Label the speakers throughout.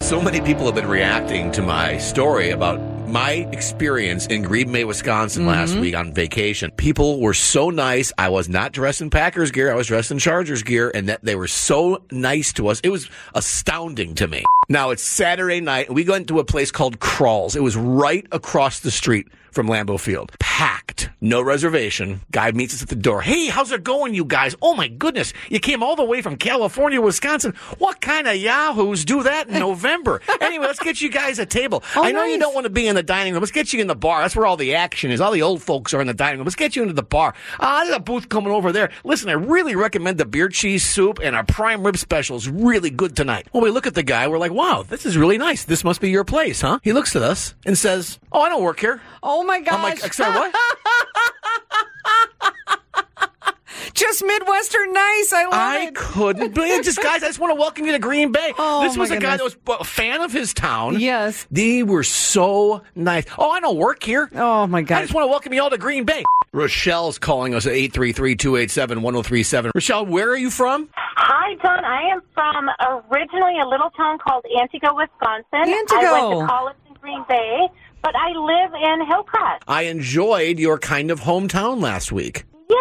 Speaker 1: So many people have been reacting to my story about my experience in Green Bay, Wisconsin last week on vacation. People were so nice. I was not dressed in Packers gear. I was dressed in Chargers gear and that they were so nice to us. It was astounding to me. Now it's Saturday night and we went to a place called Crawls. It was right across the street from Lambeau Field. Packed. No reservation. Guy meets us at the door. Hey, how's it going, you guys? Oh my goodness. You came all the way from California, Wisconsin. What kind of yahoos do that in November? anyway, let's get you guys a table. I know you don't want to be in the dining room. Let's get you in the bar. That's where all the action is. All the old folks are in the dining room. Let's get you into the bar. Ah, there's a booth coming over there. Listen, I really recommend the beer cheese soup and our prime rib special is really good tonight. When we look at the guy, we're like, wow, this is really nice. This must be your place, huh? He looks at us and says, oh, I don't work here.
Speaker 2: Oh my gosh.
Speaker 1: I'm like, sorry, what?
Speaker 2: Just Midwestern nice. I love
Speaker 1: I
Speaker 2: it.
Speaker 1: couldn't believe it. Just guys, I just want to welcome you to Green Bay.
Speaker 2: Oh,
Speaker 1: this
Speaker 2: my
Speaker 1: was a guy that
Speaker 2: goodness.
Speaker 1: was a fan of his town.
Speaker 2: Yes.
Speaker 1: They were so nice. Oh, I don't work here.
Speaker 2: Oh my
Speaker 1: I
Speaker 2: gosh.
Speaker 1: just want to welcome you all to Green Bay. Rochelle's calling us at 833-287-1037. Rochelle, where are you from?
Speaker 3: Hi, Don. I am from originally a little town called Antigo, Wisconsin. I went
Speaker 2: Antigo.
Speaker 3: to college in Green Bay, but I live in Hillcrest.
Speaker 1: I enjoyed your kind of hometown last week.
Speaker 3: Yay!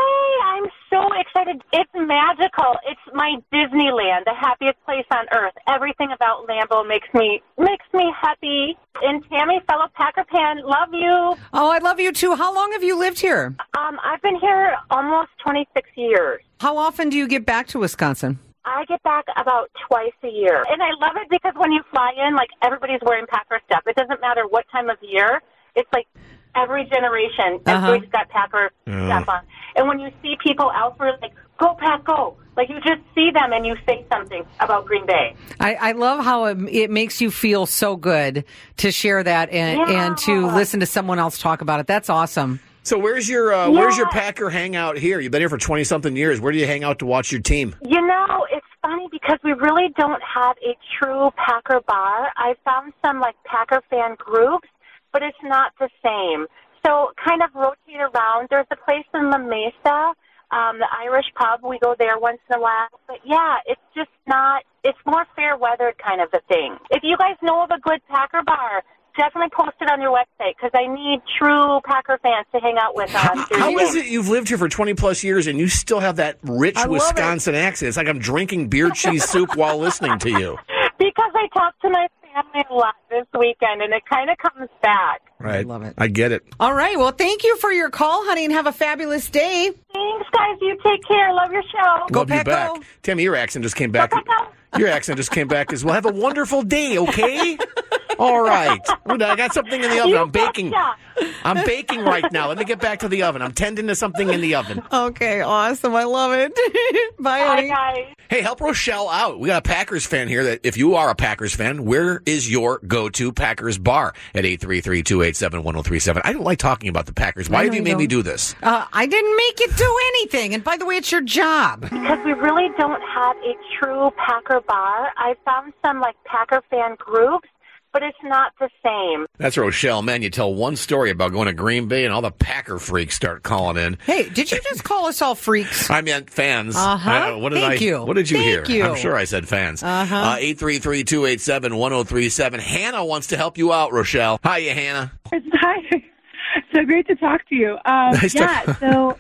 Speaker 3: I'm so excited. It's magical. It's my Disneyland, the happiest place on earth. Everything about Lambeau makes me makes me happy. And Tammy, fellow Packer fan, love you.
Speaker 2: oh, I love you too. How long have you lived here?
Speaker 3: Um, I've been here almost 26 years.
Speaker 2: How often do you get back to Wisconsin?
Speaker 3: I get back about twice a year. And I love it because when you fly in, like everybody's wearing Packer stuff. It doesn't matter what time of year. It's like every generation, everybody's got Packer stuff on. And when you see people out for like, go Pack, go. Like you just see them and you say something about Green Bay.
Speaker 2: I, I love how it, it makes you feel so good to share that and,
Speaker 3: Yeah.
Speaker 2: and to listen to someone else talk about it. That's awesome.
Speaker 1: So where's your uh, where's your
Speaker 3: Yeah.
Speaker 1: Packer hangout here? You've been here for 20 something years. Where do you hang out to watch your team?
Speaker 3: You know, it's funny because we really don't have a true Packer bar. I found some like Packer fan groups, but it's not the same. So kind of rotate around. There's a place in La Mesa, um, the Irish pub. We go there once in a while. But yeah, it's just not. It's more fair weathered kind of a thing. If you guys know of a good Packer bar. Definitely post it on your website because I need true Packer fans to hang out with on Thursday.
Speaker 1: How is it you've lived here for 20 plus years and you still have that rich
Speaker 2: I love
Speaker 1: Wisconsin accent? It's like I'm drinking beer cheese soup while listening to you.
Speaker 3: Because I talked to my family a lot this weekend, and it kind of comes back.
Speaker 1: Right. I
Speaker 2: love it.
Speaker 1: I get it.
Speaker 2: All right. Well, thank you for your call, honey, and have a fabulous day.
Speaker 3: Thanks, guys. You take care. Love your show.
Speaker 1: Love you
Speaker 2: Pack,
Speaker 1: back.
Speaker 2: go.
Speaker 1: Tammy, your accent just came back.
Speaker 3: Go, Pack,
Speaker 1: Your accent just came back as well. Have a wonderful day, okay? All right. I got something in the oven.
Speaker 3: You
Speaker 1: I'm baking.
Speaker 3: betcha.
Speaker 1: I'm baking right now. Let me get back to the oven. I'm tending to something in the oven.
Speaker 2: Okay. Awesome. I love it. Bye,
Speaker 3: Bye,
Speaker 2: honey.
Speaker 3: guys.
Speaker 1: Hey, help Rochelle out. We got a Packers fan here that if you are a Packers fan, where is your go-to Packers bar at 833-287-1037? I don't like talking about the Packers. Why have you made me do this?
Speaker 2: Uh, I didn't make you do anything. And by the way, it's your job.
Speaker 3: Because we really don't have a true Packer bar. I found some like Packer fan groups, but it's not the same.
Speaker 1: That's Rochelle. Man, you tell one story about going to Green Bay and all the Packer freaks start calling in.
Speaker 2: Hey, did you just call us all freaks?
Speaker 1: I meant fans.
Speaker 2: Uh-huh.
Speaker 1: I- what did
Speaker 2: Thank
Speaker 1: I,
Speaker 2: you.
Speaker 1: What did you
Speaker 2: Thank
Speaker 1: hear?
Speaker 2: you.
Speaker 1: I'm sure I said fans. Uh-huh. Uh, 833-287-1037. Hannah wants to help you out, Rochelle. Hiya, Hannah.
Speaker 4: Hi. So great to talk to you. Um,
Speaker 1: Nice to-
Speaker 4: yeah, so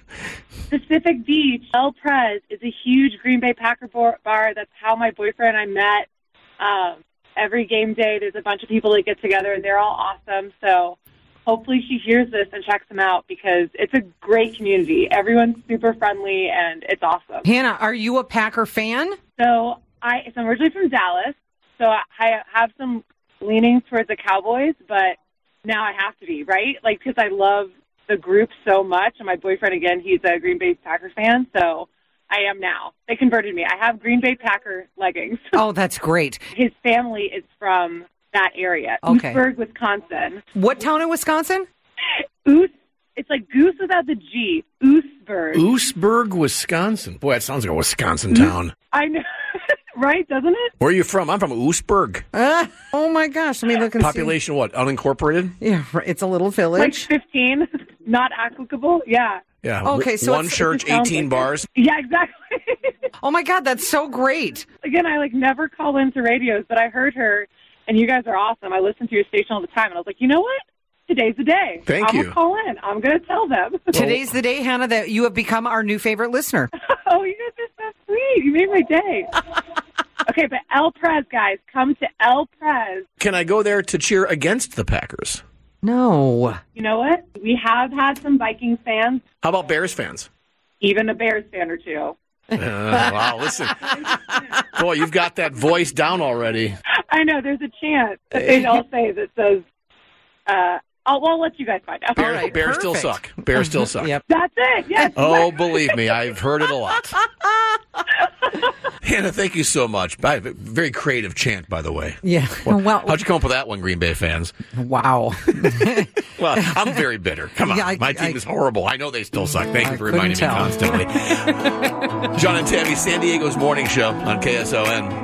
Speaker 4: Pacific Beach, El Pres is a huge Green Bay Packer bar. bar. That's how my boyfriend and I met. Um, every game day, there's a bunch of people that get together, and they're all awesome. So hopefully she hears this and checks them out because it's a great community. Everyone's super friendly, and it's awesome.
Speaker 2: Hannah, are you a Packer fan?
Speaker 4: So I, so I'm originally from Dallas, so I I have some leanings towards the Cowboys, but now I have to be right, like because I love the group so much, and my boyfriend again, he's a Green Bay Packer fan, so I am now. They converted me. I have Green Bay Packer leggings.
Speaker 2: Oh, that's great.
Speaker 4: His family is from that area,
Speaker 2: Okay.
Speaker 4: Lewisburg, Wisconsin.
Speaker 2: What town in Wisconsin?
Speaker 4: Oos, it's like goose without the G. Oosburg.
Speaker 1: Oosburg, Wisconsin. Boy, that sounds like a Wisconsin town.
Speaker 4: I know, right? Doesn't it?
Speaker 1: Hmm? Where are you from? I'm from Oosburg.
Speaker 2: Uh, oh my gosh, let me look and
Speaker 1: Population what? Unincorporated?
Speaker 2: see. Yeah, right, it's a little
Speaker 4: Like
Speaker 2: village.
Speaker 4: 15, not applicable. Yeah.
Speaker 1: Yeah.
Speaker 2: Okay, so
Speaker 1: one
Speaker 2: it's-
Speaker 1: church,
Speaker 4: it sounds
Speaker 1: 18
Speaker 4: like-
Speaker 1: bars.
Speaker 4: Yeah, exactly.
Speaker 2: Oh my God, that's so great.
Speaker 4: Again, I like never call into radios, but I heard her, and you guys are awesome. I listen to your station all the time, and I was like, you know what? Today's the day.
Speaker 1: Thank
Speaker 4: I'm
Speaker 1: you.
Speaker 4: gonna call in. I'm gonna tell them.
Speaker 2: Today's the day, Hannah, that you have become our new favorite listener.
Speaker 4: oh, you guys are so sweet. You made my day. okay, but El Prez, guys, come to El Prez.
Speaker 1: Can I go there to cheer against the Packers?
Speaker 2: No.
Speaker 4: You know what? We have had some Vikings fans,
Speaker 1: How about Bears fans?
Speaker 4: even a Bears fan or two.
Speaker 1: Uh, wow, listen. Boy, you've got that voice down already.
Speaker 4: I know there's a chance that they all say that says, uh, I'll, I'll let you guys find out.
Speaker 1: Bears,
Speaker 2: right,
Speaker 1: bears still suck.
Speaker 2: perfect. Mm-hmm.
Speaker 1: Bears still suck.
Speaker 2: Yep.
Speaker 4: That's it. Yes.
Speaker 1: Oh, believe me, I've heard it a lot. Hannah, thank you so much. By- Very creative chant, by the way.
Speaker 2: Yeah. Well,
Speaker 1: How'd you come up with that one, Green Bay fans?
Speaker 2: wow.
Speaker 1: Well, I'm very bitter. Come on.
Speaker 2: Yeah, I-
Speaker 1: My team
Speaker 2: I-
Speaker 1: is horrible. I know they still suck. Thank
Speaker 2: I
Speaker 1: you for reminding me constantly.
Speaker 2: couldn't
Speaker 1: John and Tammy, San Diego's morning show on KSON.